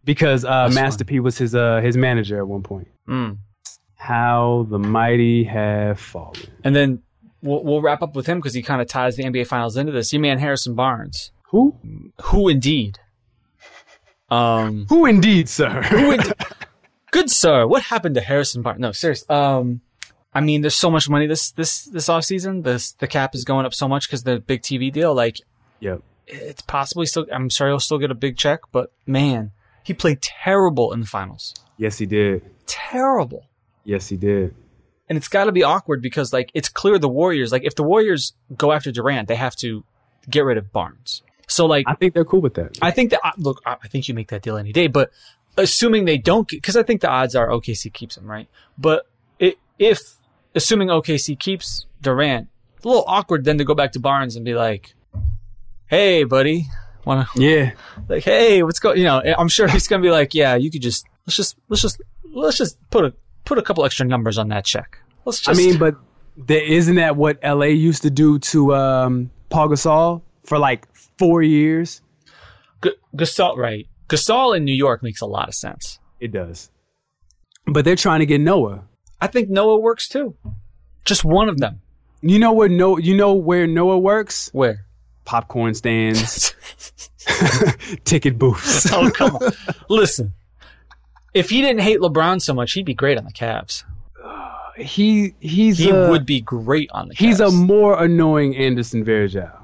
C: Because uh
B: That's
C: Master P was his uh his manager at one point.
B: Mm.
C: How the mighty have fallen.
B: And then we'll, we'll wrap up with him because he kind of ties the NBA Finals into this. Your man Harrison Barnes,
C: Who?
B: who indeed? Um,
C: Who indeed, sir?
B: who ind- good sir, what happened to Harrison Barnes? No, seriously. Um, I mean, there's so much money this this this offseason. This the cap is going up so much because the big TV deal. Like,
C: yep.
B: it's possibly still. I'm sure he'll still get a big check, but man, he played terrible in the finals.
C: Yes, he did.
B: Terrible.
C: Yes, he did.
B: And it's got to be awkward because like it's clear the Warriors. Like if the Warriors go after Durant, they have to get rid of Barnes. So like
C: I think they're cool with that.
B: I think that I- look, I I think you make that deal any day. But assuming they don't, because I think the odds are OKC keeps him, right? But i if assuming OKC keeps Durant, it's a little awkward then to go back to Barnes and be like, "Hey, buddy, want to
C: Yeah.
B: like, hey, what's going?" You know, eh, I'm sure he's gonna be like, "Yeah, you could just let's just let's just let's just put a put a couple extra numbers on that check. Let's
C: I
B: just."
C: mean, but there, isn't that what LA used to do to um, Paul Gasol for like four years?
B: G- Gasol, right? Gasol in New York makes a lot of sense.
C: It does. But they're trying to get Noah.
B: I think Noah works too. Just one of them.
C: You know where no you know where Noah works?
B: Where?
C: Popcorn stands, ticket booths.
B: Oh, come on. Listen, if he didn't hate LeBron so much, he'd be great on the Cavs.
C: He he's
B: He
C: a,
B: would be great on the Cavs.
C: he's a more annoying Anderson Varejao.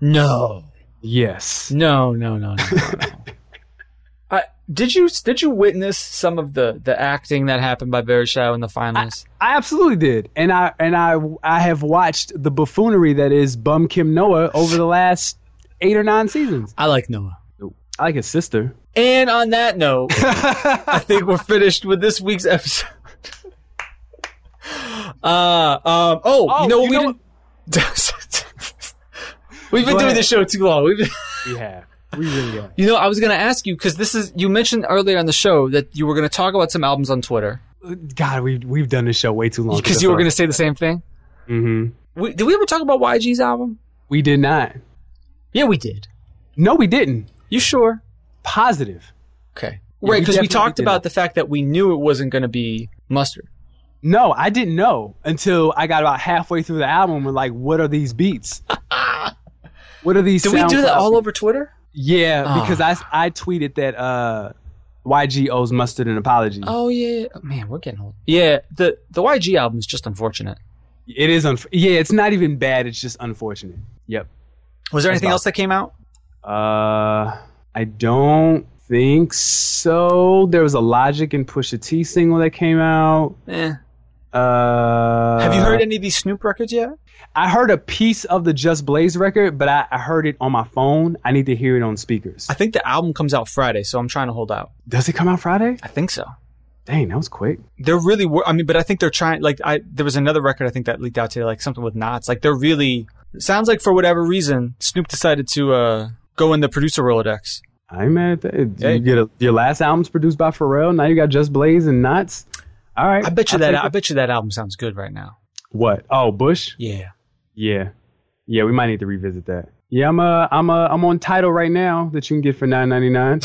B: no.
C: Yes.
B: No, no, no, no. no. I, did you did you witness some of the, the acting that happened by Verishow in the finals?
C: I absolutely did, and I and I I have watched the buffoonery that is Bum Kim Noah over the last eight or nine seasons.
B: I like Noah.
C: I like his sister.
B: And on that note, I think we're finished with this week's episode. Uh, um, oh,
C: Oh,
B: you know what
C: you
B: we
C: know
B: didn't. We've been
C: Go
B: doing
C: ahead.
B: this show too long. We've been-
C: we have, we really have.
B: You know, I was going to ask you because this is you mentioned earlier on the show that you were going to talk about some albums on Twitter
C: God, we we've done this show way too long.
B: because you were going to say the same thing.
C: hmm
B: We, did we ever talk about YG's album?
C: We did not.
B: Yeah, we did.
C: No, we didn't.
B: You sure?
C: Positive.
B: Okay.
C: Yeah,
B: right,
C: we
B: because we,
C: definitely
B: talked
C: did
B: about
C: that.
B: the fact that we knew it wasn't going to be mustard.
C: No, I didn't know until I got about halfway through the album. And like, what are these beats? what are these?
B: Did we do that
C: SoundCloud
B: all over Twitter?
C: Yeah,
B: Ah.
C: because I, I tweeted that uh, YG owes Mustard an apology.
B: Oh yeah. Oh, man, we're getting old. Yeah. The the YG album is just unfortunate.
C: It is unf- yeah, it's not even bad. It's just unfortunate. Yep.
B: Was there anything
C: about-
B: else that came out?
C: Uh, I don't think so. There was a Logic and Pusha T single that came out.
B: Eh.
C: Uh,
B: Have you heard any of these Snoop records yet?
C: I heard a piece of the Just Blaze record, but I, I heard it on my phone. I need to hear it on speakers.
B: I think the album comes out Friday, so I'm trying to hold out.
C: Does it come out Friday?
B: I think so.
C: Dang, that was quick.
B: they're really wor- i mean but i think they're trying like i there was another record i think that leaked out today like something with knots like they're really it sounds like for whatever reason snoop decided to uh go in the producer rolodex
C: I'm at that.
B: Hey.
C: You get a, your last album's produced by Pharrell. Now you got Just Blaze and Nuts. All right.
B: i bet you
C: I'll
B: that
C: take
B: i
C: it.
B: bet you that album sounds good right now
C: What? Oh, Bush.
B: yeah
C: Yeah, yeah. We might need to revisit that. Yeah, I'm uh, I'm uh, I'm on title right now that you can get for nine ninety nine.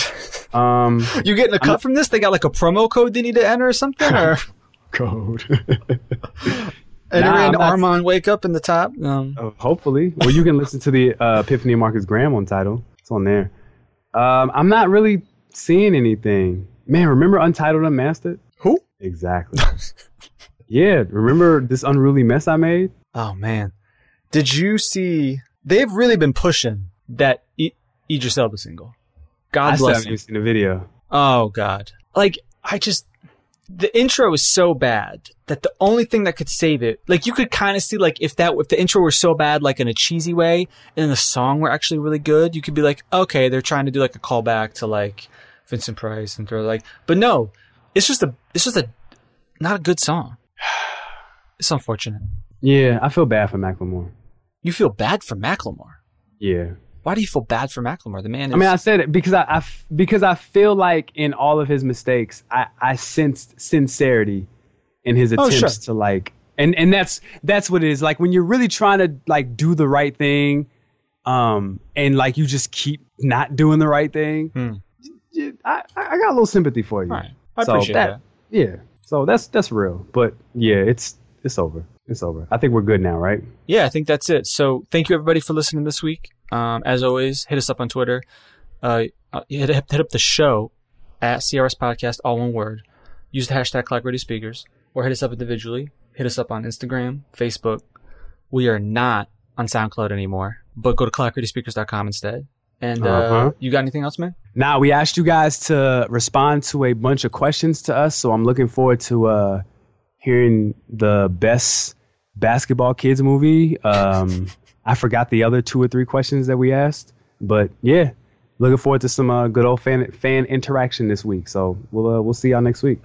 C: Um,
B: you getting a cut from this they got like a promo code they need to enter or something or
C: code.
B: enter
C: Nah, I'm
B: in
C: not-
B: armand wake up in the top um
C: Oh, Hopefully, well, you can listen to the uh, Epiphany of Marcus Graham on title. It's on there. Um, I'm not really seeing anything. Man, remember Untitled Unmastered?
B: Who?
C: Exactly. yeah, remember this unruly mess I made?
B: oh man did you see they've really been pushing that I- Idris Elba single god
C: I still
B: bless
C: haven't
B: him.
C: even seen the video.
B: Oh god. Like I just the intro is so bad that the only thing that could save it, like you could kind of see like if that if the intro were so bad like in a cheesy way and then the song were actually really good, you could be like, "Okay, they're trying to do like a callback to like Vincent Price and throw like." But no, it's just a it's just a not a good song. It's unfortunate.
C: Yeah, I feel bad for Macklemore.
B: You feel bad for Macklemore.
C: Yeah.
B: Why do you feel bad for Macklemore? The man is
C: I mean, I said it because I, I f- because I feel like in all of his mistakes, I, I sensed sincerity in his
B: Oh,
C: attempts
B: sure.
C: to like, and and that's that's what it is. Like when you're really trying to like do the right thing, um, and like you just keep not doing the right thing.
B: Hmm.
C: y- I, I got a little sympathy for you.
B: All right. I
C: So
B: appreciate
C: that-
B: that.
C: Yeah. So that's that's real, but yeah, it's it's over. It's over. I think we're good now, right?
B: yeah, I think that's it. So thank you everybody for listening this week. Um, as always, hit us up on Twitter. Uh, uh, hit, up- hit up the show at CRS Podcast, all one word. Use the hashtag Clock Radio Speakers or hit us up individually. Hit us up on Instagram, Facebook. We are not on SoundCloud anymore, but go to clockradyspeakers.com instead. And uh,
C: Uh-huh.
B: you got anything else, man?
C: Now we asked you guys to respond to a bunch of questions to us, so I'm looking forward to uh, hearing the best basketball kids movie. Um, I forgot the other two or three questions that we asked, but yeah, looking forward to some uh, good old fan fan interaction this week. So we'll uh, we'll see y'all next week.